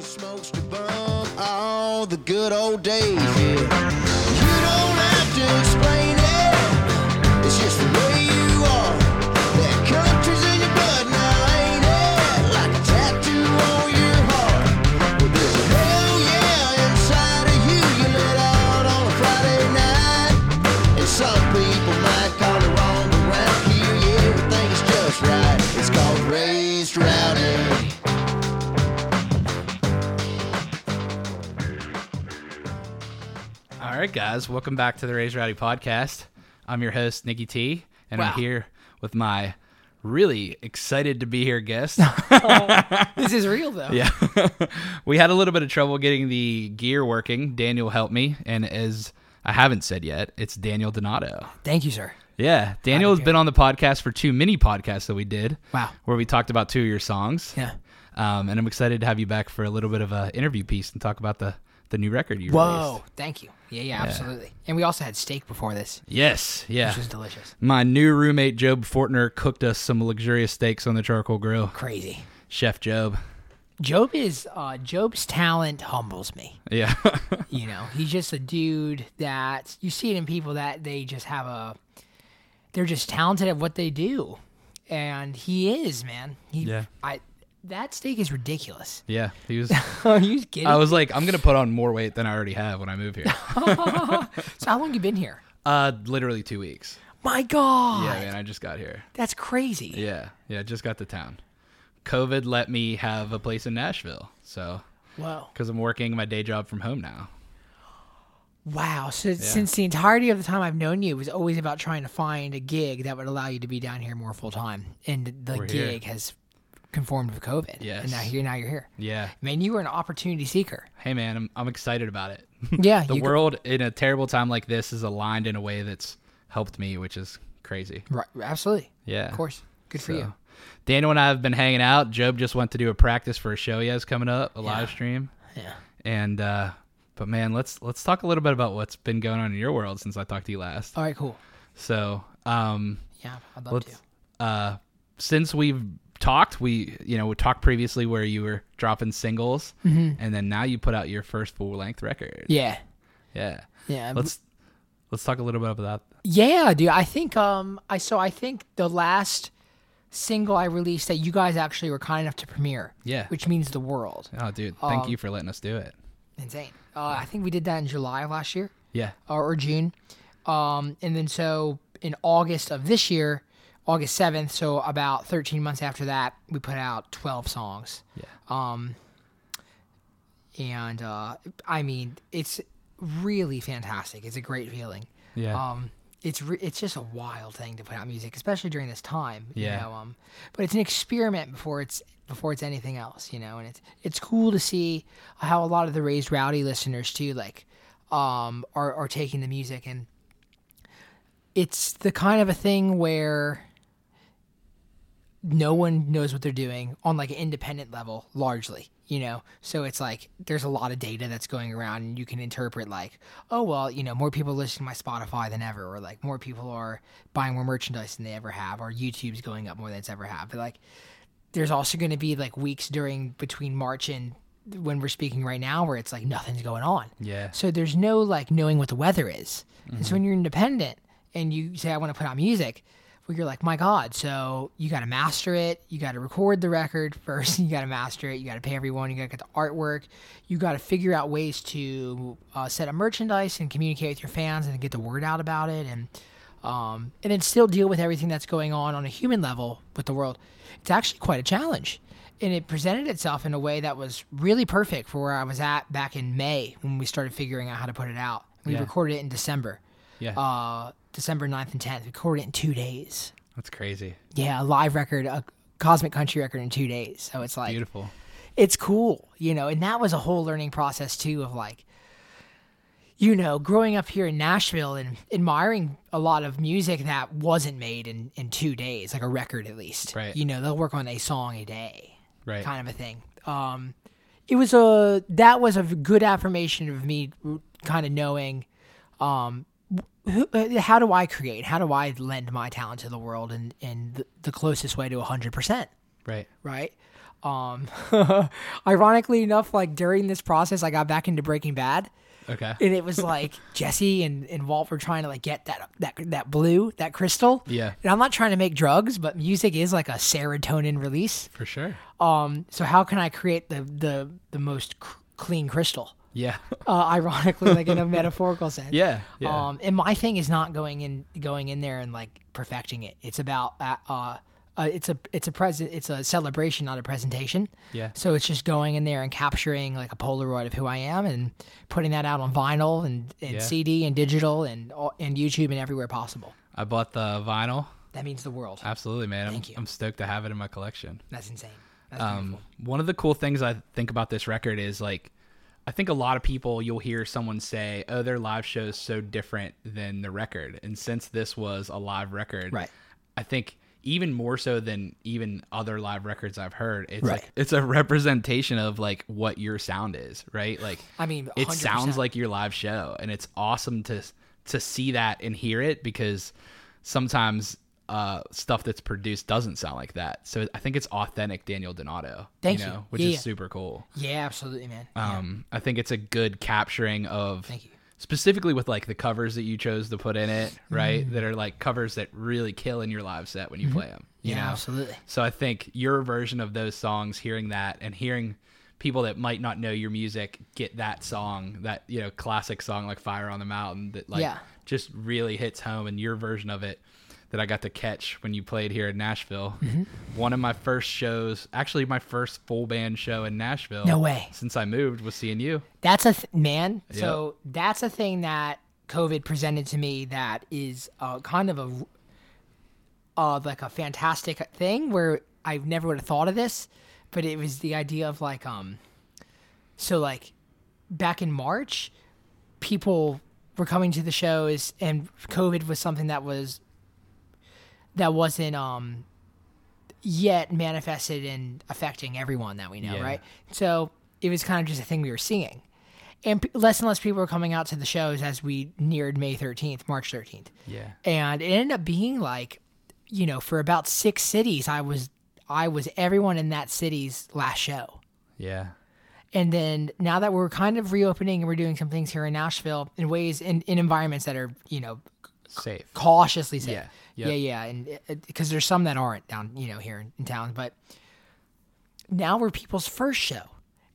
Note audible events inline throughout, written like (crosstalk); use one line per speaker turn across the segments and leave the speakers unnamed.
smokes to bum all the good old days. Yeah. You don't have to explain it. It's just the way you are. That country's in your blood now, ain't it? Like a tattoo on your heart. Well, there's a hell yeah inside of you. You let out on a Friday night. And some people might call it wrong, but round here, yeah, everything's just right. It's called raised rowdy.
All right, guys, welcome back to the Raise Rowdy podcast. I'm your host, Nikki T, and
Wow.
I'm here with my really excited to be here
(laughs)
guest.
This is real though.
yeah. we had a little bit of trouble getting the gear working. Daniel helped me, and as I haven't said yet, it's Daniel Donato.
Thank you, sir.
Yeah, Daniel has
care.
been on the podcast for two mini podcasts that we did.
Wow.
Where we talked about two of your songs.
Yeah.
Um, and I'm excited to have you back for a little bit of an interview piece and talk about the, the new record you
Whoa.
released.
Thank you. Yeah, yeah, absolutely. And we also had steak before this,
Yes. Yeah.
which was delicious.
My new roommate Job Fortner cooked us some luxurious steaks on the charcoal grill.
Crazy.
Chef Job.
Job is uh, Job's talent humbles me.
Yeah. (laughs)
You know, he's just a dude that you see it in people that they just have a they're just talented at what they do. And he is, man. He
Yeah.
I that steak is ridiculous.
yeah. He was
Are you
(laughs)
kidding?
I was like, I'm gonna put on more weight than I already have when I move
(laughs)
here.
so how long you been here?
Uh literally two weeks.
My God.
Yeah, man, I just got here.
That's crazy.
Yeah. Yeah, just got to town. COVID let me have a place in Nashville. So
Whoa.
because I'm working my day job from home now.
Wow. So since the entirety of the time I've known you it was always about trying to find a gig that would allow you to be down here more full time, and the
We're here.
gig has conformed with COVID.
Yes.
And now here, now you're here.
Yeah.
Man, you were an opportunity seeker.
Hey man, I'm I'm excited about
(laughs)
it.
Yeah.
(laughs) the
you go-
world in a terrible time like this is aligned in a way that's helped me, which is crazy.
Right, absolutely.
Yeah.
Of course. Good for you.
So, Daniel and I have been hanging out. Job just went to do a practice for a show he has coming up, a live stream.
Yeah.
And uh but man, let's let's talk a little bit about what's been going on in your world since I talked to you last.
All right. Cool.
So, um
Yeah. I'd love
let's
to.
uh since we've talked, we you know, we talked previously where you were dropping singles and then now you put out your first full-length record.
Mm-hmm. Yeah.
Yeah.
Yeah.
Let's let's talk a little bit about that.
Yeah, dude. I think um I so I think the last single I released that you guys actually were kind enough to premiere.
Yeah.
Which means the world.
Oh, dude,
Um,
thank you for letting us do it.
Insane. Uh, I think we did that in July of last year.
Yeah.
uh, or, or June. Um, and then so in August of this year, August 7th, so about 13 months after that, we put out 12 songs. Um,
Yeah.
And uh, I mean, it's really fantastic. It's a great feeling.
Yeah.
Um, it's re- it's just a wild thing to put out music, especially during this time. you
Yeah.
know, um, but it's an experiment before it's before it's anything else, you know. And it's it's cool to see how a lot of the raised rowdy listeners too, like, um, are are taking the music, and it's the kind of a thing where no one knows what they're doing on like an independent level largely you know so it's like there's a lot of data that's going around and you can interpret like oh well you know more people listen to my spotify than ever or like more people are buying more merchandise than they ever have or youtube's going up more than it's ever have but like there's also going to be like weeks during between march and when we're speaking right now where it's like nothing's going on
Yeah.
so there's no like knowing what the weather is. And so when you're independent and you say, I want to put out music, well, you're like, my God. So you got to master it. You got to record the record (laughs) first. You got to master it. You got to pay everyone. You got to get the artwork. You got to figure out ways to uh, set up merchandise and communicate with your fans and get the word out about it. And, um, and then still deal with everything that's going on on a human level with the world. It's actually quite a challenge and it presented itself in a way that was really perfect for where I was at back in May when we started figuring out how to put it out. We
Yeah.
recorded it in December,
Yeah.
uh, December 9th and 10th. We recorded it in two days.
That's crazy.
Yeah, a live record, a cosmic country record in two days. So it's like,
Beautiful.
it's cool, you know, and that was a whole learning process too of like, you know, growing up here in Nashville and admiring a lot of music that wasn't made in, in two days, like a record at least.
Right.
You know, they'll work on a song a day.
Right.
Kind of a thing. Um, it was a that was a good affirmation of me kind of knowing um, who, uh, how do I create? How do I lend my talent to the world in, in the, the closest way to 100%?
Right.
right? Um, (laughs) ironically enough, like during this process, I got back into Breaking Bad,
Okay.
and it
(laughs)
was like Jesse and, and Walt were trying to like get that that that blue that crystal.
Yeah.
And I'm not trying to make drugs, but music is like a serotonin release.
For sure.
Um, so how can I create the the the most cr- clean crystal?
Yeah. (laughs)
Uh, ironically, like in a metaphorical sense.
Yeah. Yeah.
Um, and my thing is not going in going in there and like perfecting it. It's about uh, uh, uh it's a it's a present it's a celebration, not a presentation.
Yeah.
So it's just going in there and capturing like a Polaroid of who I am and putting that out on vinyl and, and
Yeah.
CD and digital and all- and YouTube and everywhere possible.
I bought the vinyl.
That means the world.
Absolutely, man. I'm,
Thank you.
I'm stoked to have it in my collection.
That's insane. That's
Um, one of the cool things I think about this record is like, I think a lot of people you'll hear someone say, "Oh, their live show is so different than the record." And since this was a live record,
Right.
I think even more so than even other live records I've heard, it's
Right.
like it's a representation of like what your sound is, right? Like,
I mean,
it
100%.
sounds like your live show, and it's awesome to to see that and hear it because sometimes uh, stuff that's produced doesn't sound like that. So I think it's authentic Daniel Donato.
Thank you.
which
Yeah,
is
yeah.
super cool.
yeah, absolutely, man.
Um, I think it's a good capturing of
Thank you.
specifically with like the covers that you chose to put in it, right?
Mm.
That are like covers that really kill in your live set when you play 'em. play them. You
Mm-hmm. yeah,
know?
absolutely.
So I think your version of those songs, hearing that and hearing people that might not know your music get that song, that you know classic song like Fire on the Mountain, that like
Yeah.
just really hits home. And your version of it that I got to catch when you played here in Nashville,
Mm-hmm.
one of my first shows, actually my first full band show in Nashville.
No way.
Since I moved, was seeing you.
That's a th- man. So that's a thing that COVID presented to me that is uh, kind of a uh, like a fantastic thing where I never would have thought of this, but it was the idea of like um, so like back in March, people were coming to the shows and COVID was something that was that wasn't um yet manifested and affecting everyone that we know,
Yeah.
right? So it was kind of just a thing we were seeing. And p- less and less people were coming out to the shows as we neared May 13th, March 13th.
Yeah.
And it ended up being like, you know, for about six cities, I was I was everyone in that city's last show.
Yeah.
And then now that we're kind of reopening and we're doing some things here in Nashville in ways in, in environments that are, you know,
Safe.
cautiously safe.
Yeah,
Yeah.
yeah.
Yeah. And because there's some that aren't down, you know, here in, in town. But now we're people's first show.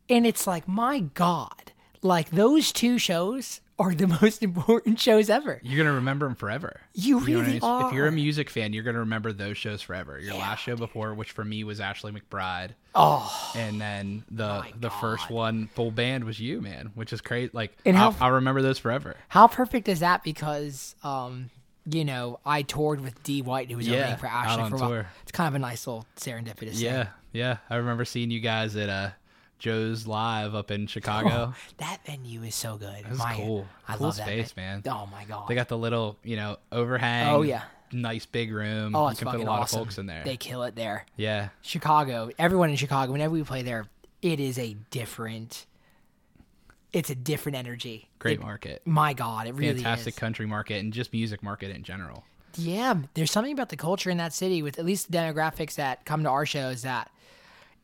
And it's like, my God, like those two shows are the (laughs) most important shows ever.
You're gonna remember them forever.
You
know what
really
I mean? If you're
are.
a music fan, you're gonna remember those shows forever. Your last show before, which for me was Ashley McBride,
Oh,
and then the the first one full band was you, man, which is crazy. Like
And how-
I'll, I'll remember those forever.
how perfect is that? Because, um, you know, I toured with D White, who was
Yeah,
opening for
out
Ashley
on
for a while.
tour.
It's kind of a nice little serendipitous thing.
Yeah, yeah. I remember seeing you guys at uh, Joe's live up in
Oh.
Chicago.
That venue is so good.
was
My-
cool.
I
Cool
love
space,
that ven-
man.
Oh my god.
They got the little you know overhang.
Oh, yeah.
Nice big room.
oh,
you
it's
can put
fucking
a lot
awesome.
of folks in there.
They kill it there.
yeah,
Chicago. Everyone in Chicago. Whenever we play there, it is a different. It's a different energy.
great market.
My God, it really
Fantastic
is.
country market and just music market in general.
Yeah, there's something about the culture in that city with at least the demographics that come to our shows that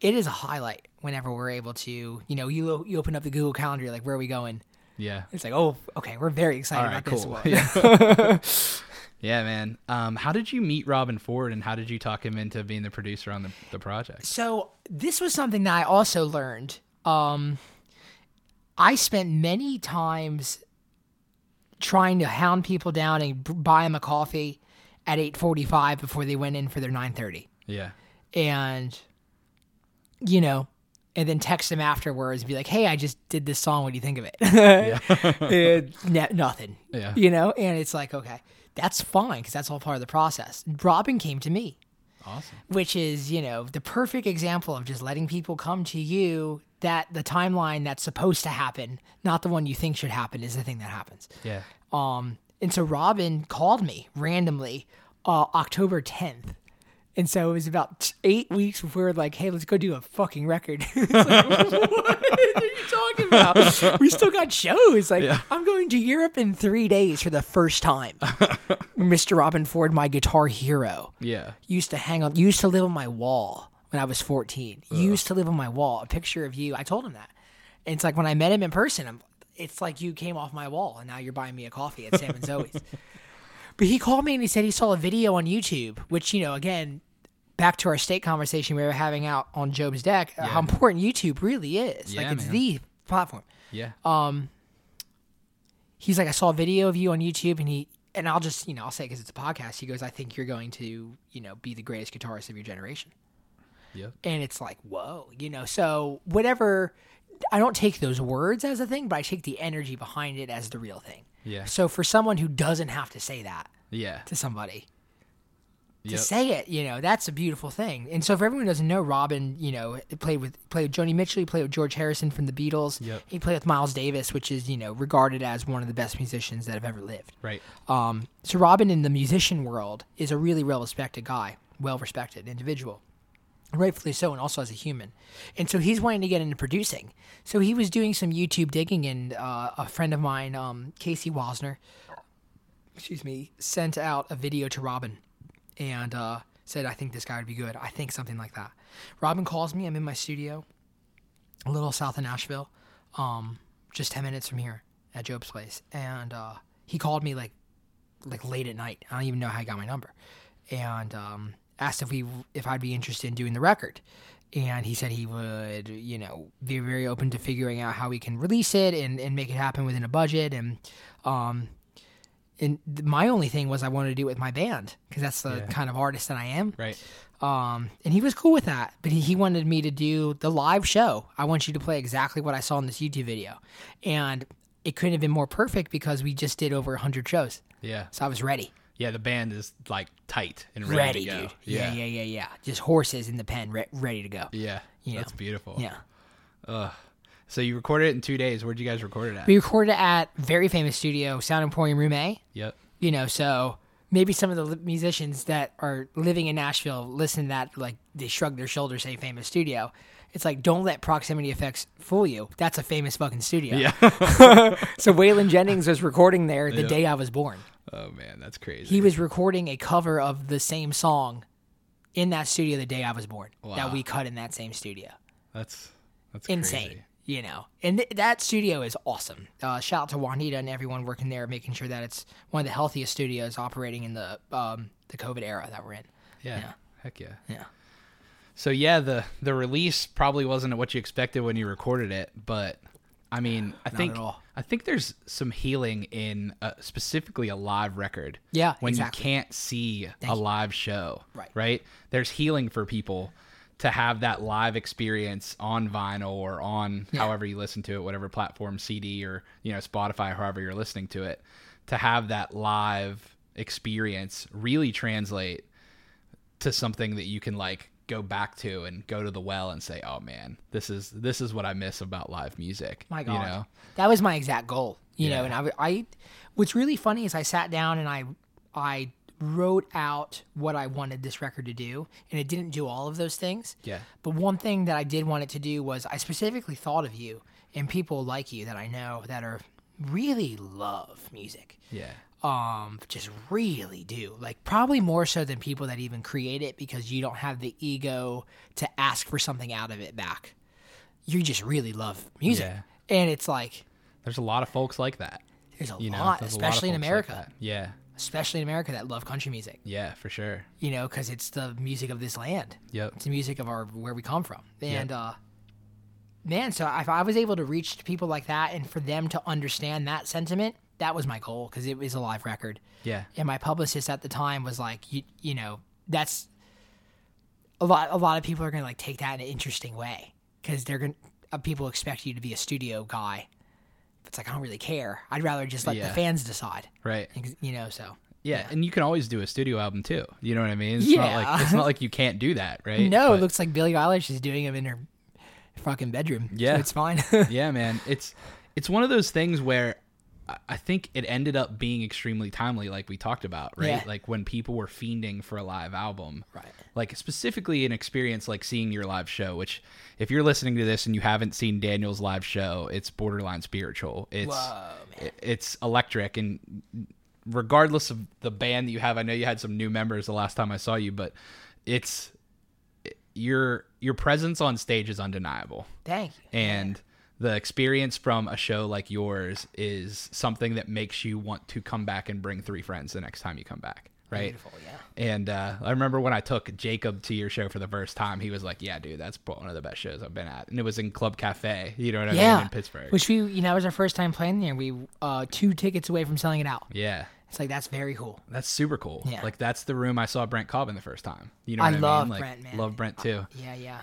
it is a highlight whenever we're able to, you know, you you open up the Google Calendar, like where are we going?
Yeah.
It's like, oh, okay, we're very excited
All right,
about this
cool.
one.
(laughs) Yeah.
(laughs)
yeah, man. Um, how did you meet Robin Ford and how did you talk him into being the producer on the, the project?
So this was something that I also learned. Um, I spent many times trying to hound people down and b- buy them a coffee at eight forty-five before they went in for their nine thirty,
Yeah.
and you know, and then text them afterwards and be like, "Hey, I just did this song. What do you think of it?" (laughs) And no- nothing.
Yeah.
You know, and it's like, okay, that's fine because that's all part of the process. Robin came to me
Awesome.
which is you know the perfect example of just letting people come to you that the timeline that's supposed to happen not the one you think should happen is the thing that happens
Yeah.
um and so robin called me randomly uh october 10th and so it was about t- eight weeks before we were like hey let's go do a fucking record (laughs) It's like, what are you talking about we still got shows like i'm going to europe in three days for the first time (laughs) mr robin ford my guitar hero
Yeah.
used to hang on used to live on my wall when I was 14. You used to live on my wall, a picture of you. I told him that. And it's like when I met him in person, I'm, it's like you came off my wall and now you're buying me a coffee at Sam
(laughs)
and Zoe's. But he called me and he said he saw a video on YouTube, which, you know, again, back to our state conversation we were having out on Job's deck, uh, how important YouTube really is.
Yeah,
like it's
man.
the platform
Yeah.
Uh, he's like, I saw a video of you on YouTube, and he and I'll just you know I'll say because it's a podcast. He goes, I think you're going to you know be the greatest guitarist of your generation,
yep.
and it's like whoa, you know. So whatever, I don't take those words as a thing, but I take the energy behind it as the real thing.
Yeah.
So for someone who doesn't have to say that
Yeah.
to somebody, to
Yep.
say it, you know, that's a beautiful thing. And so, if everyone who doesn't know, Robin, you know, played with played with Joni Mitchell, he played with George Harrison from the Beatles.
Yep.
He played with Miles Davis, which is you know regarded as one of the best musicians that have ever lived.
Right.
Um, so Robin in the musician world is a really well respected guy, well respected individual, rightfully so, and also as a human. And so he's wanting to get into producing. So he was doing some YouTube digging, and uh, a friend of mine, um, Casey Wasner, excuse me, sent out a video to Robin and uh, said, I think this guy would be good. I think something like that. Robin calls me. I'm in my studio, a little south of Nashville, um, just 10 minutes from here at Job's place. And uh, he called me like like late at night. I don't even know how he got my number, and um, asked if we if I'd be interested in doing the record. And he said he would, you know, be very open to figuring out how we can release it and, and make it happen within a budget. And um, and th- my only thing was I wanted to do it with my band because that's the kind of artist that I am.
Right.
Um, and he was cool with that, but he, he wanted me to do the live show. I want you to play exactly what I saw in this YouTube video, and it couldn't have been more perfect because we just did over hundred shows.
Yeah.
So I was ready.
Yeah. The band is like tight and ready, to
Ready,
go.
dude. Yeah. yeah, yeah, yeah, Just horses in the pen, re- ready to go.
Yeah.
Yeah.
That's beautiful.
Yeah.
So you recorded it in two days. Where'd you guys record it at?
We recorded at very famous studio, Sound Emporium Room A.
yep.
You know, so maybe some of the li- musicians that are living in Nashville listen to that, like they shrug their shoulders, say famous studio. It's like, don't let proximity effects fool you. That's a famous fucking studio.
Yeah.
(laughs) So Waylon Jennings was recording there the
Yeah.
day I was born.
oh man, that's crazy.
He was recording a cover of the same song in that studio the day I was born
Wow.
that we cut in that same studio.
that's that's
insane.
Crazy.
You know, and th- that studio is awesome. Uh, shout out to Juanita and everyone working there, making sure that it's one of the healthiest studios operating in the um, the COVID era that we're in.
Yeah.
Yeah.
Heck yeah.
Yeah,
So yeah, the the release probably wasn't what you expected when you recorded it, but I mean, I think
at all.
I think there's some healing in uh, specifically a live record.
Yeah,
when
exactly.
you can't see a live show,
Right.
Right. There's healing for people to have that live experience on vinyl or on however you listen to it, whatever platform, CD or you know Spotify, however you're listening to it, to have that live experience really translate to something that you can like go back to and go to the well and say, "Oh man, this is this is what I miss about live music."
my
you
God,
know?
that was my exact goal. You know,
Yeah.
and I, w- I- what's really funny is I sat down and I, I wrote out what I wanted this record to do, and it didn't do all of those things.
Yeah.
But one thing that I did want it to do was I specifically thought of you and people like you that I know that are really love music.
Yeah.
um just really do like probably more so than people that even create it because you don't have the ego to ask for something out of it back you just really love music
Yeah.
and it's like
There's a lot of folks like that.
there's a
You know,
lot
There's a lot of
especially in
folks like
america
that. yeah.
especially in america that love country music
Yeah, for sure.
you know because it's the music of this land
Yep.
it's the music of our where we come from and uh man so if i was able to reach people like that and for them to understand that sentiment that was my goal because it was a live record
Yeah.
and my publicist at the time was like you you know that's a lot a lot of people are going to like take that in an interesting way cuz they're going uh, people expect you to be a studio guy it's like I don't really care I'd rather just let
Yeah.
the fans decide
Right.
Ex- you know so
Yeah, and you can always do a studio album too. You know what I mean? It's
Yeah.
not like it's
(laughs)
not like you can't do that, right?
no
But-
it looks like Billie Eilish is doing them in her fucking bedroom so
Yeah.
it's fine
(laughs)
(laughs)
yeah, man. It's it's one of those things where I- I think it ended up being extremely timely, like we talked about, right?
Yeah.
Like when people were fiending for a live album,
Right.
Like specifically an experience like seeing your live show. Which, if you're listening to this and you haven't seen Daniel's live show, it's borderline spiritual. It's it- it's electric, and regardless of the band that you have, I know you had some new members the last time I saw you, but it's your your presence on stage is undeniable
Thank you.
and the experience from a show like yours is something that makes you want to come back and bring three friends the next time you come back right
Beautiful, yeah.
and uh, i remember when i took jacob to your show for the first time he was like yeah dude that's one of the best shows i've been at and it was in club cafe you know what i mean
Yeah.
in pittsburgh
Which we, you know, it was our first time playing there. We uh two tickets away from selling it out.
yeah
It's like that's very cool.
that's super cool
Yeah.
like that's the room i saw brent cobbin the first time you know
I
what i,
love
mean like
Brent, man.
love brent too
Yeah, yeah.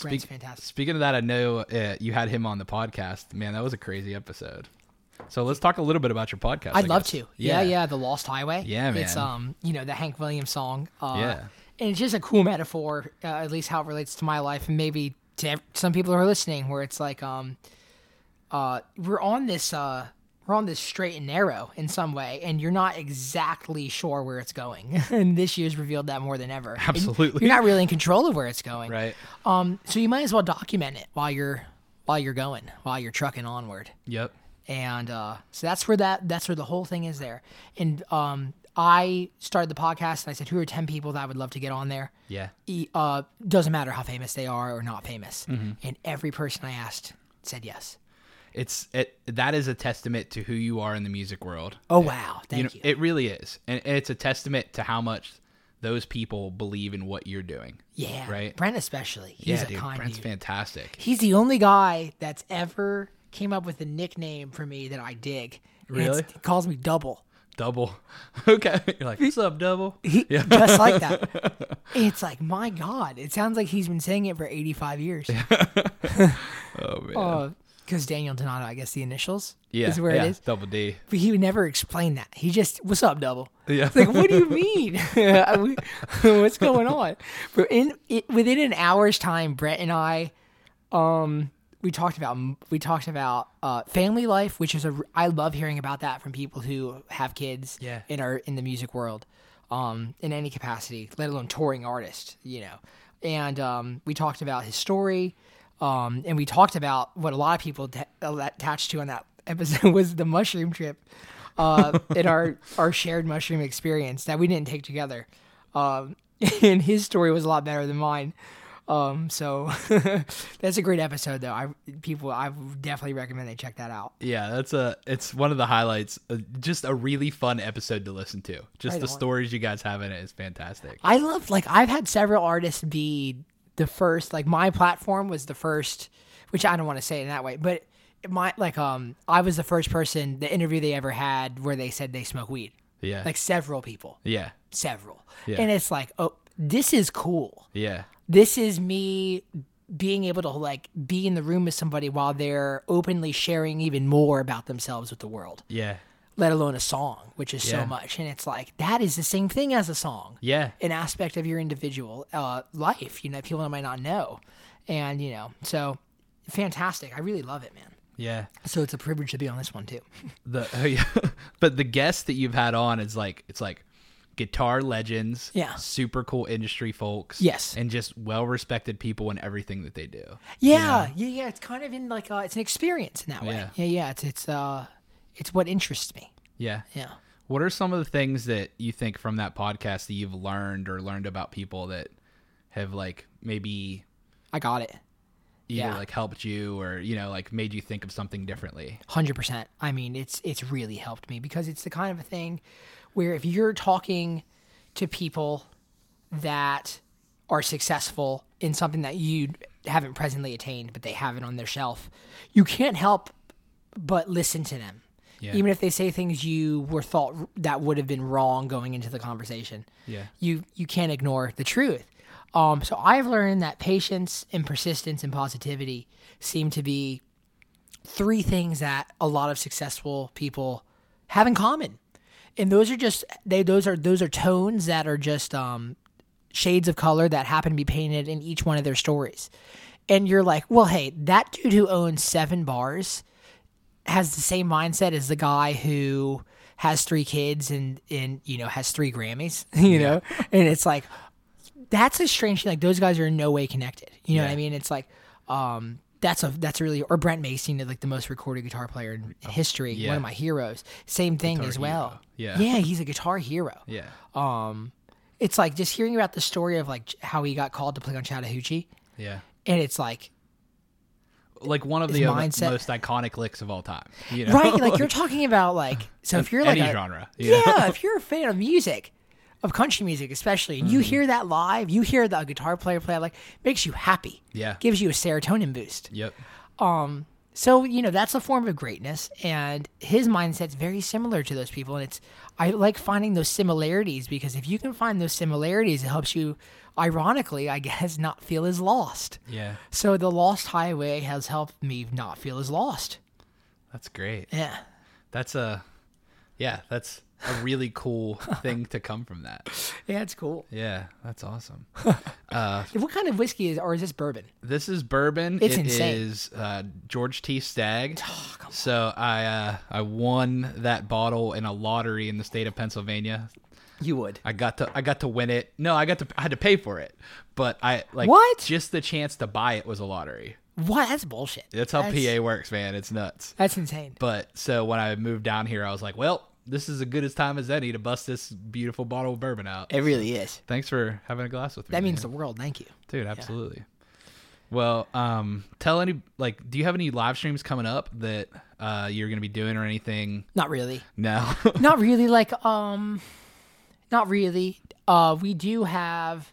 Brent's
Speak-
fantastic.
Speaking of that, I know uh, you had him on the podcast. Man, that was a crazy episode. So let's talk a little bit about your podcast.
I'd
I
love
guess.
to. Yeah. yeah, The Lost Highway.
Yeah,
It's
man.
um, you know, the Hank Williams song. Uh,
Yeah.
And it's just a cool metaphor, uh, at least how it relates to my life and maybe to ev- some people who are listening, where it's like um, uh, we're on this uh, we're on this straight and narrow in some way, and you're not exactly sure where it's going. (laughs) and this year's revealed that more than ever.
(laughs)
And
Absolutely.
you're not really in control of where it's going.
Right.
Um, so you might as well document it while you're while you're going, while you're trucking onward
Yep.
and uh, so that's where that that's where the whole thing is there. And um, I started the podcast, and I said, "Who are ten people that I would love to get on there?"
Yeah.
E- uh, doesn't matter how famous they are or not famous.
Mm-hmm.
And every person I asked said yes.
It's it. That is a testament to who you are in the music world.
Oh wow,
you know,
thank you.
it really is, and and it's a testament to how much those people believe in what you're doing.
yeah,
right.
Brent especially. He's
yeah,
a
dude.
kind
Brent's
dude.
fantastic.
He's the only guy that's ever came up with a nickname for me that I dig. And it's-
Really?
He calls me double.
Double. (laughs) okay. You're like, what's up,
(laughs)
double?
He, Just like that.
(laughs)
It's like, my God, it sounds like he's been saying it for 85 years.
Oh man.
because Daniel Donato, I guess the initials
yeah.
is where
yeah,
it is.
Double D.
But he would never explain that. He just, "What's up, double?"
Yeah.
It's like, what
(laughs)
do you mean? (laughs) We- (laughs) What's going on? But in it, within an hour's time, Brett and I, um, we talked about we talked about uh, family life, which is a r- I love hearing about that from people who have kids
Yeah.
in our in the music world, um, in any capacity, let alone touring artist, you know. And um, we talked about his story, um, and we talked about what a lot of people ta- attached to on that episode (laughs) was the mushroom trip, uh, and our our shared mushroom experience that we didn't take together. Um, (laughs) and his story was a lot better than mine. Um, so (laughs) that's a great episode, though. I people, I would definitely recommend they check that out.
Yeah, that's a it's one of the highlights. Uh, just a really fun episode to listen to. Just
Right
the
on.
stories you guys have in it is fantastic.
I love like I've had several artists be the first like my platform was the first which I don't want to say it in that way, but my like um I was the first person the interview they ever had where they said they smoke weed.
Yeah.
Like several people.
yeah.
Several.
Yeah.
And it's like, oh this is cool.
Yeah.
This is me being able to like be in the room with somebody while they're openly sharing even more about themselves with the world,
Yeah.
let alone a song, which is
Yeah.
so much. And it's like that is the same thing as a song
Yeah.
an aspect of your individual uh, life, you know, people might not know. And, you know, so fantastic. I really love it, man.
Yeah.
So it's a privilege to be on this one too. (laughs)
The (laughs) oh, yeah. but the guests that you've had on is like it's like guitar legends,
Yeah.
super cool industry folks.
Yes.
And just well respected people in everything that they do.
Yeah, yeah, yeah. It's kind of in like uh, it's an experience in that way.
Yeah.
Yeah, yeah. It's it's uh, it's what interests me.
Yeah.
Yeah.
What are some of the things that you think from that podcast that you've learned or learned about people that have like maybe
I got it.
either
Yeah.
like helped you or you know like made you think of something differently
Hundred percent. I mean, it's it's really helped me because it's the kind of a thing where if you're talking to people that are successful in something that you haven't presently attained, but they have it on their shelf, you can't help but listen to them,
Yeah.
even if they say things you were thought that would have been wrong going into the conversation.
Yeah.
you you can't ignore the truth. Um, so I've learned that patience and persistence and positivity seem to be three things that a lot of successful people have in common and those are just they those are those are tones that are just um shades of color that happen to be painted in each one of their stories and you're like well hey that dude who owns seven bars has the same mindset as the guy who has three kids and and you know has three grammys (laughs) you know and it's like that's a strange thing. Like those guys are in no way connected. You know what I mean? It's like, um, that's a that's a really or Brent Mason, like the most recorded guitar player in history,
Oh, yeah.
one of my heroes. Same thing as well.
hero. Yeah. Uh,
yeah, he's a guitar hero.
yeah
it's like just hearing about the story of like how he got called to play on Chattahoochee,
Yeah.
and it's like
(laughs) Like one of
His
the uh,
mindset-
most iconic licks of all time. You know?
right, like you're talking about like so if you're like
any
a-
genre. you know?
(laughs)
(laughs)
yeah, if you're a fan of music, of country music especially, and you
Mm.
hear that live, you hear the guitar player play like makes you happy.
Yeah.
gives you a serotonin boost.
Yep.
Um, so you know that's a form of greatness, and his mindset's very similar to those people, and it's I like finding those similarities because if you can find those similarities, it helps you, ironically, I (laughs) guess, not feel as lost.
Yeah.
So the Lost Highway has helped me not feel as lost.
That's great.
Yeah.
That's a, yeah, that's a really
(laughs)
cool thing to come from that.
Yeah, it's cool.
Yeah, that's awesome.
What kind of whiskey is, or is this bourbon?
This is bourbon.
It's
It
insane. Oh,
is, uh, George T. Stagg. so I uh, I won that bottle in a lottery in the state of Pennsylvania.
You would.
I got to I got to win it. No, I got to I had to pay for it. But I like
What?
just the chance to buy it was a lottery.
What? That's bullshit.
That's how
That's-
PA works, man. It's nuts.
That's insane.
But so when I moved down here, I was like, well, this is as good as time as any to bust this beautiful bottle of bourbon out.
It really is.
Thanks for having a glass with me.
That means
man.
the world. Thank you.
dude, absolutely. Well, um, tell any like, do you have any live streams coming up that uh, you're gonna be doing or anything?
Not really.
(laughs) No.
not really like um not really uh we do have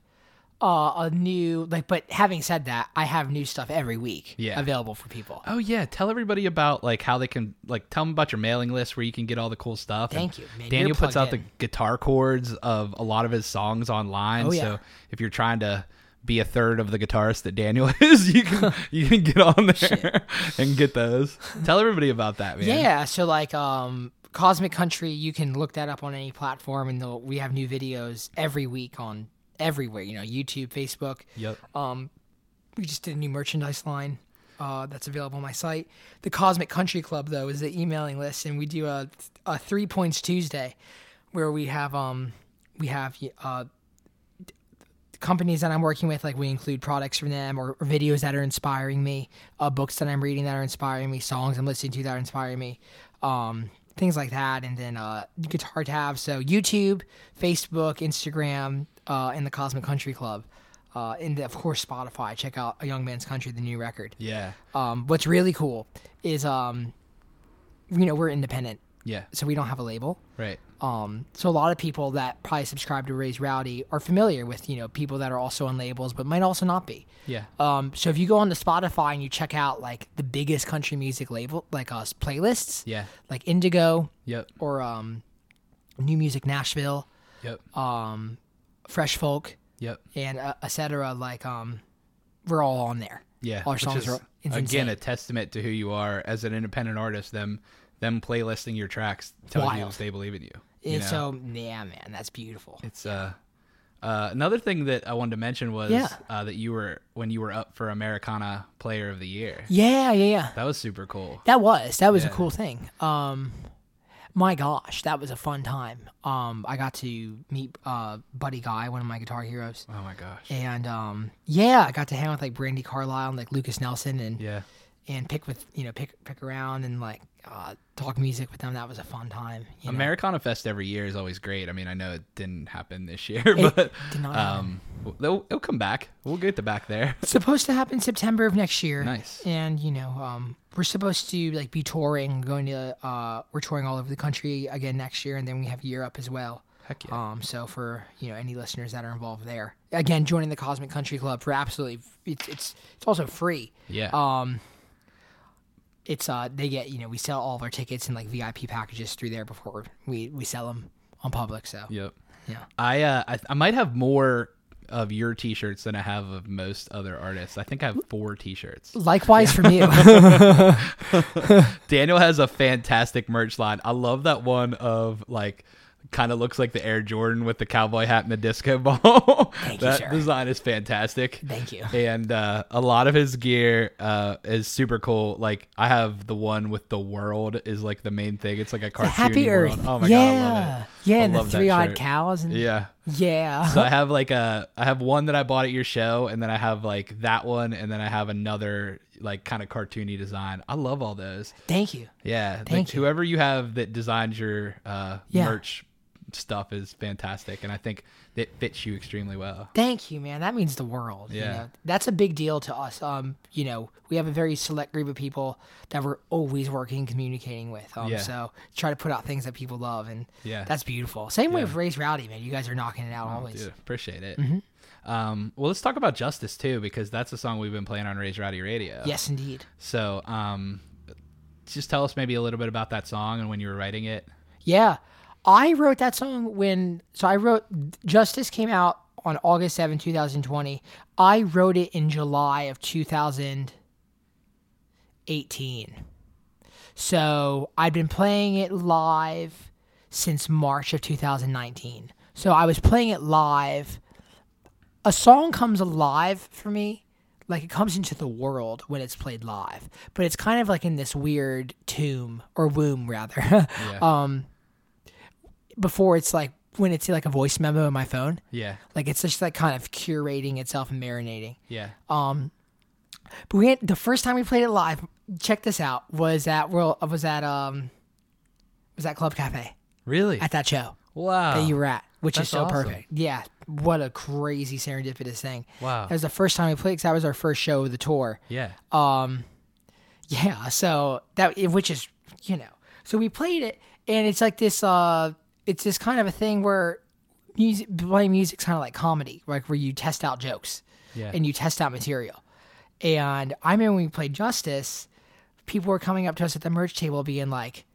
uh a new like but having said that i have new stuff every week
Yeah.
available for people
oh yeah, tell everybody about like how they can like tell them about your mailing list where you can get all the cool stuff. And
Thank you, man. You're
Daniel puts out
plugged
the
in.
guitar chords of a lot of his songs online.
Oh, yeah.
So if you're trying to be a third of the guitarist that Daniel (laughs) is, you
(laughs)
can you can get on there (laughs) and get those. Tell everybody about that, man.
yeah. so like um cosmic country you can look that up on any platform and they'll- we have new videos every week on everywhere you know youtube facebook
Yep.
Um, we just did a new merchandise line uh, that's available on my site. The Cosmic Country Club, though, is the emailing list, and we do a, a three points Tuesday, where we have um we have uh d- companies that I'm working with, like we include products from them or, or videos that are inspiring me, uh, books that I'm reading that are inspiring me, songs I'm listening to that are inspiring me. Um. Things like that, and then uh, guitar tabs. So YouTube, Facebook, Instagram, uh, and the Cosmic Country Club uh, and of course Spotify. Check out A Young Man's Country, the new record.
Yeah.
Um, what's really cool is, um, you know, we're independent,
Yeah.
so we don't have a label.
Right.
Um, so a lot of people that probably subscribe to Raise Rowdy are familiar with you know people that are also on labels, but might also not be.
Yeah.
Um, so if you go on to Spotify and you check out like the biggest country music label, like us playlists,
Yeah.
like Indigo
Yep.
or um, New Music Nashville,
Yep.
um, Fresh Folk,
Yep.
and uh, et cetera. Like, um, we're all on there.
Yeah.
our
which
songs
is,
are it's
again
insane.
a testament to who you are as an independent artist. Them them playlisting your tracks tells you
Wild.
if they believe in you. you
And
know?
so yeah, man, that's beautiful.
It's uh, uh, another thing that I wanted to mention was
Yeah.
uh, that you were when you were up for Americana Player of the Year.
Yeah, yeah, yeah.
That was super cool.
That was that was
Yeah.
a cool thing. Um, my gosh, that was a fun time. Um, I got to meet uh Buddy Guy, one of my guitar heroes,
Oh my gosh.
and um, yeah, I got to hang out with like Brandy Carlisle and like Lucas Nelson and
Yeah.
and pick with you know pick pick around and like uh talk music with them. That was a fun time. You know?
Americana Fest every year is always great. I mean, I know it didn't happen this year, (laughs) but
did not happen.
um, they'll, they'll come back. We'll get the back there. (laughs)
It's supposed to happen September of next year.
Nice.
And you know, um, we're supposed to like be touring, going to uh, we're touring all over the country again next year, and then we have Europe as well.
Heck yeah.
Um, so for you know any listeners that are involved there, again joining the Cosmic Country Club for absolutely it's it's it's also free.
Yeah.
Um, it's uh they get you know we sell all of our tickets and like VIP packages through there before we we sell them on public. So
Yep.
Yeah.
I uh, I, I might have more of your t-shirts than I have of most other artists. I think I have four t-shirts.
likewise from
(laughs)
you.
Daniel has a fantastic merch line. I love that one of like kind of looks like the Air Jordan with the cowboy hat and the disco (laughs) ball.
you,
that
sir.
design is fantastic.
Thank you.
And uh, a lot of his gear uh, is super cool. Like I have the one with the world is like the main thing. It's like a cartoon
Happy Earth.
world. Oh my
yeah.
god, I love it.
Yeah,
I
and the
love that
three eyed
shirt.
cows and
Yeah.
yeah.
So I have like a I have one that I bought at your show, and then I have like that one, and then I have another like kind of cartoony design. I love all those.
(laughs) Thank you.
Yeah,
Thank
like,
you.
Whoever you have that designs your uh,
Yeah.
merch stuff is fantastic, and I think it fits you extremely well.
Thank you, man. That means the world. You
Yeah.
know? That's a big deal to us. Um, you know, we have a very select group of people that we're always working, communicating with. Um,
Yeah.
so try to put out things that people love, and
Yeah.
that's beautiful. Same way
Yeah. Oh,
with Race Rowdy, man. You guys are knocking it out always.
Dude, appreciate it.
Mm-hmm.
Um, well, let's talk about Justice too, because that's a song we've been playing on Raise Rowdy Radio.
Yes, indeed.
So, um, just tell us maybe a little bit about that song and when you were writing it.
Yeah. I wrote that song when, so I wrote, Justice came out on August seventh, two 2020. I wrote it in July of 2018. So I'd been playing it live since March of 2019. So I was playing it live. A song comes alive for me, like it comes into the world when it's played live, but it's kind of like in this weird tomb or womb, rather. (laughs)
Yeah.
before it's like when it's like a voice memo in my phone.
yeah.
Like it's just like kind of curating itself and marinating.
Yeah.
Uh, But we had, the first time we played it live, check this out, was at World was at um was at Club Cafe
really?
at that show
wow.
that you were at, which is
Oh. That's
so
awesome.
perfect. Yeah, what a crazy serendipitous thing.
Wow.
that was the first time we played because that was our first show of the tour.
yeah.
Yeah, so that which is you know, so we played it, and it's like this. uh It's this kind of a thing where music playing music's kind of like comedy, like where you test out jokes,
Yeah.
and you test out material. And I remember when we played Justice, people were coming up to us at the merch table, being like,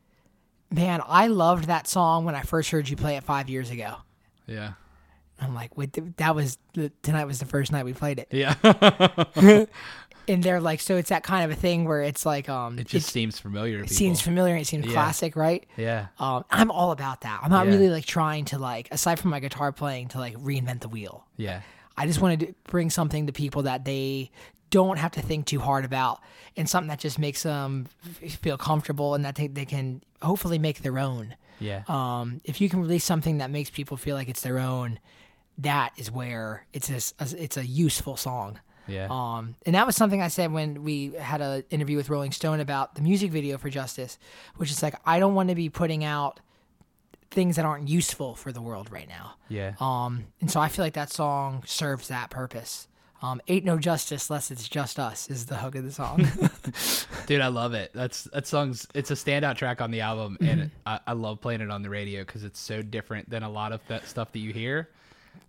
"Man, I loved that song when I first heard you play it five years ago."
yeah.
I'm like, "Wait, th- that was the, tonight was the first night we played it," (laughs)
Yeah.
and they're like, "So it's that kind of a thing where it's like, um,
it just seems familiar. To
it seems
people.
familiar, it seems classic, right?"
yeah.
Um, I'm all about that. I'm not
Yeah.
really like trying to like, aside from my guitar playing, to like reinvent the wheel.
Yeah.
I just want to do- bring something to people that they don't have to think too hard about, and something that just makes them f- feel comfortable and that they, they can hopefully make their own.
Yeah.
Um, if you can release something that makes people feel like it's their own, that is where it's this it's a useful song.
yeah.
Um, and that was something I said when we had an interview with Rolling Stone about the music video for Justice, which is like, I don't want to be putting out things that aren't useful for the world right now.
yeah.
Um, and so I feel like that song serves that purpose. Um, ain't no justice less it's just us is the hook of
(laughs)
the song. (laughs)
Dude, I love it. That's that song's it's a standout track on the album,
Mm-hmm.
and I, I love playing it on the radio because it's so different than a lot of that stuff that you hear.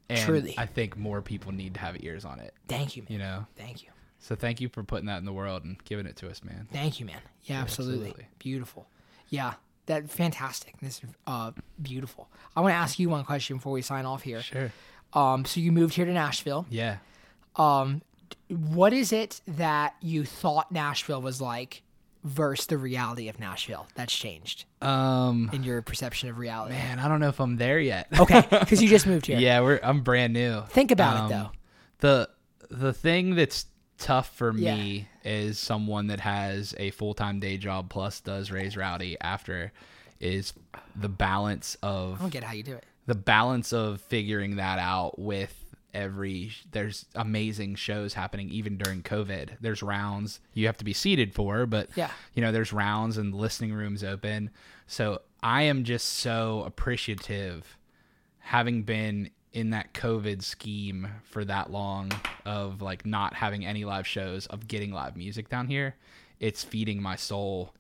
And
Truly.
I think more people need to have ears on it.
Thank you, man.
You know,
Thank you.
so thank you for putting that in the world and giving it to us, man.
Thank you, man. Yeah, absolutely.
absolutely.
Beautiful. Yeah, that fantastic. This is uh, beautiful. I want to ask you one question before we sign off here.
Sure.
Um, so you moved here to Nashville.
Yeah.
what is it that you thought Nashville was like versus the reality of Nashville that's changed
Um,
in your perception of reality? (sighs)
man, I don't know if I'm there yet. (laughs)
Okay, because you just moved here.
yeah, we're I'm brand new.
Think about it, though.
The the thing that's tough for
Yeah.
me is someone that has a full time day job plus does raise rowdy after is the balance of
I don't get how you do it.
the balance of figuring that out with every there's amazing shows happening even during covid there's rounds you have to be seated for but
Yeah.
you know there's rounds and listening rooms open so i am just so appreciative having been in that covid scheme for that long of like not having any live shows of getting live music down here it's feeding my soul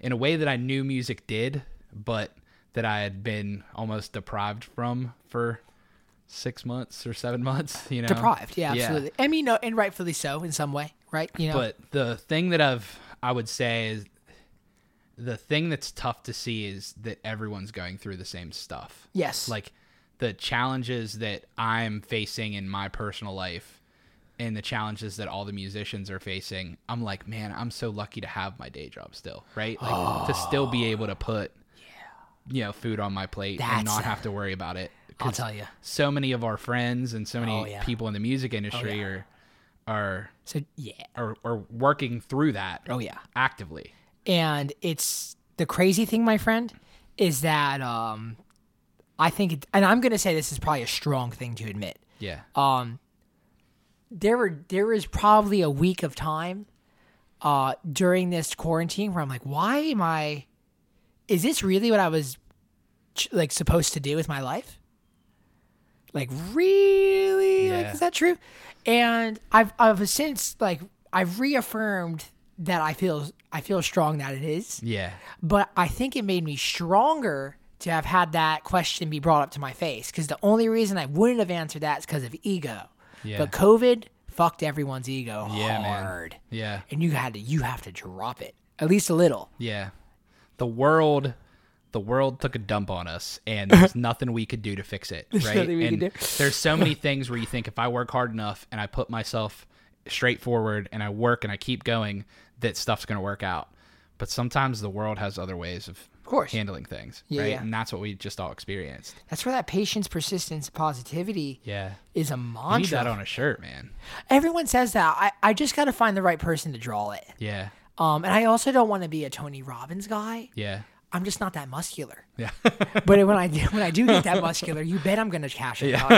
in a way that i knew music did but that i had been almost deprived from for six months or seven months you know
Deprived. Yeah, absolutely. I mean, no, and rightfully so in some way, right? You know,
but the thing that I've I would say is the thing that's tough to see is that everyone's going through the same stuff.
yes,
Like the challenges that I'm facing in my personal life and the challenges that all the musicians are facing, I'm like, man, I'm so lucky to have my day job still, right? Like to
Ah.
still be able to put you know, food on my plate
That's-
and not have to worry about it.
I'll tell you.
So many of our friends and so many
Oh, yeah. Oh,
people in the music industry are are
So yeah,
are, are working through that.
Oh, yeah.
actively.
and it's the crazy thing, my friend, is that um, I think, it, and I'm gonna say this is probably a strong thing to admit.
Yeah,
Ah. Um, there were there is probably a week of time uh during this quarantine where I'm like, why am I is this really what I was ch- like supposed to do with my life? Like really? Like
Yeah.
is that true? And I've I've since like I've reaffirmed that I feel I feel strong that it is,
Yeah.
but I think it made me stronger to have had that question be brought up to my face because the only reason I wouldn't have answered that is because of ego.
Yeah.
But COVID fucked everyone's ego
Yeah, man.
hard,
Yeah.
and you had to you have to drop it at least a little.
Yeah. The world the world took a dump on us and
(laughs)
there's nothing we could do to fix it, right?
nothing we
and
could do.
there's so
(laughs)
many things where you think if I work hard enough and I put myself straight forward and I work and I keep going that stuff's going to work out. But sometimes the world has other ways of of
course.
handling things,
Yeah,
right?
yeah.
And that's what we just all experienced.
That's where that patience, persistence, positivity
Yeah.
is a
You need that
mantra.
on a shirt, man.
Everyone says that. I, I just got to find the right person to draw it.
Yeah.
Um, and I also don't want to be a Tony Robbins guy.
Yeah.
I'm just not that muscular.
Yeah.
But when I do- when I do get that muscular, you bet I'm gonna
(laughs)
cash it. out.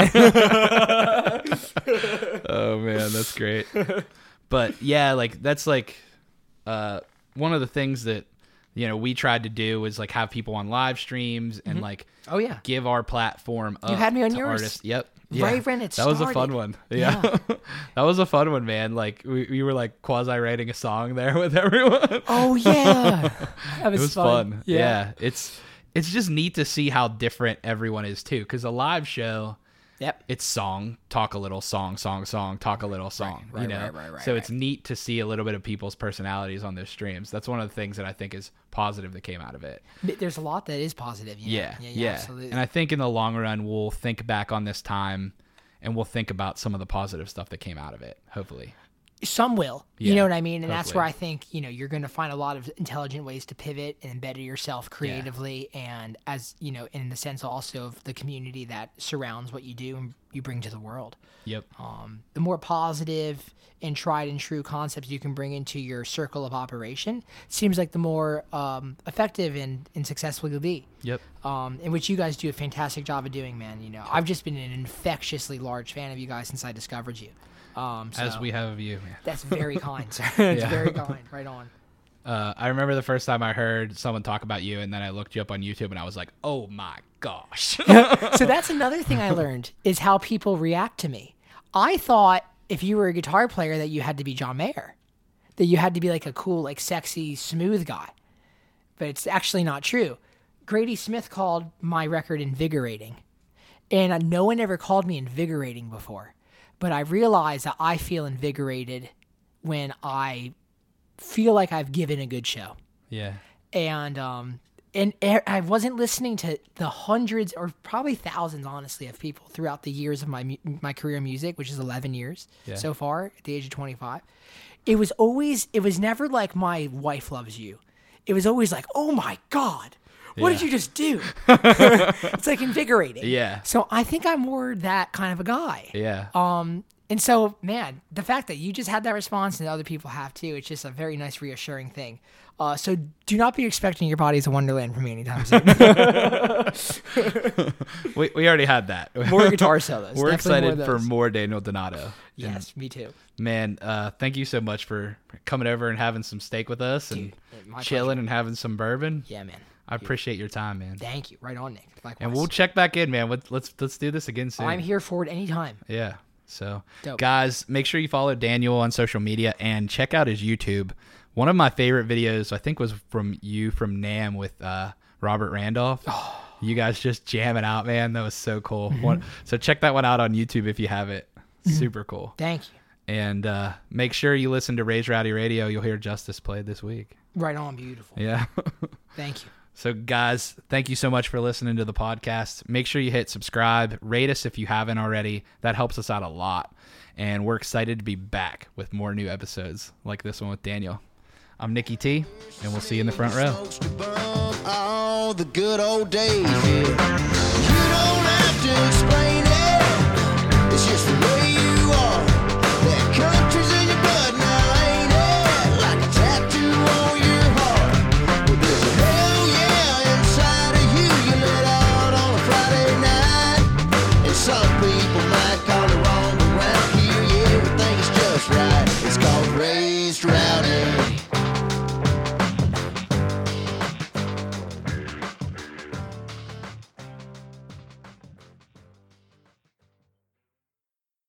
Oh man,
(laughs)
that's great. but yeah, like that's like uh one of the things that you know we tried to do is like have people on live streams and like
Oh, yeah.
give our platform up
had me on
to
yours.
artists. Yep.
Right when it
That was a fun
started.
one. Yeah. (laughs) that was a fun one, man. Like we, we were like quasi writing a song there (laughs) with everyone. (laughs)
Oh yeah, that was,
it was fun. Yeah. It's it's just neat to see how different everyone is too cuz a live show
Yep.
it's song, talk a little, song, song, song, talk a little, song.
right,
you know,
right, right, right,
so it's neat to see a little bit of people's personalities on their streams. That's one of the things that I think is positive that came out of it.
But There's a lot that is positive. you know?
Yeah,
Yeah.
yeah,
yeah, Absolutely.
And I think in the long run, we'll think back on this time, and we'll think about some of the positive stuff that came out of it. Hopefully,
some will you
Yeah,
know what i mean and that's where i
hopefully.
think you know you're going to find a lot of intelligent ways to pivot and better yourself creatively and as you know in the sense also of the community that surrounds what you do and you bring to the world
yep,
um, the more positive and tried and true concepts you can bring into your circle of operation seems like the more um, effective and, and successful you'll be
yep,
um, in which you guys do a fantastic job of doing, man. You know, I've just been an infectiously large fan of you guys since I discovered you. Um, so.
as we have of you. Man.
That's very kind, sir. That's very kind. Right on.
Uh, I remember the first time I heard someone talk about you, and then I looked you up on YouTube, and I was like, oh my gosh. (laughs)
So that's another thing I learned is how people react to me. I thought if you were a guitar player that you had to be John Mayer, that you had to be like a cool, like sexy, smooth guy. But it's actually not true. Grady Smith called my record invigorating. And uh, no one ever called me invigorating before. But I realized that I feel invigorated when I feel like I've given a good show.
yeah,
and um and e- I wasn't listening to the hundreds or probably thousands, honestly, of people throughout the years of my mu- my career in music, which is eleven years
Yeah.
so far at the age of twenty five. It was always, it was never like my wife loves you. It was always like, oh my god, what did
Yeah.
you
(laughs)
just do? it's like invigorating.
Yeah.
So I think I'm more that kind of a guy.
yeah.
Um, and so, man, the fact that you just had that response and other people have too, it's just a very nice, reassuring thing. Uh, so do not be expecting your body's a wonderland from me
(laughs)
anytime soon.
we, we already had that.
more guitar
(laughs)
solos.
We're
Definitely more of
excited for
those.
more Daniel Donato.
Yes, me too.
Man, uh, thank you so much for coming over and having some steak with us and
Dude, my
chilling and having some bourbon.
Yeah, man.
I appreciate your time, man.
Thank you. Right on, Nick. Likewise.
And we'll check back in, man. Let's let's, let's do this again soon.
I'm here for it anytime.
Yeah. So,
Dope.
guys, make sure you follow Daniel on social media and check out his YouTube. One of my favorite videos, I think, was from you from Nam with uh, Robert Randolph. You guys just jamming out, man. That was so cool. One, so check that one out on YouTube if you have it. Super cool.
Thank you.
And uh, make sure you listen to Raise Rowdy Radio. You'll hear Justice played this week.
Right on. Beautiful.
Yeah. (laughs)
Thank you.
So, guys, thank you so much for listening to the podcast. Make sure you hit subscribe, rate us if you haven't already. That helps us out a lot. And we're excited to be back with more new episodes like this one with Daniel. I'm Nikki T, and we'll see you in the front row.
Smokes to bum all the good old days. Yeah. You don't have to explain it. It's just the way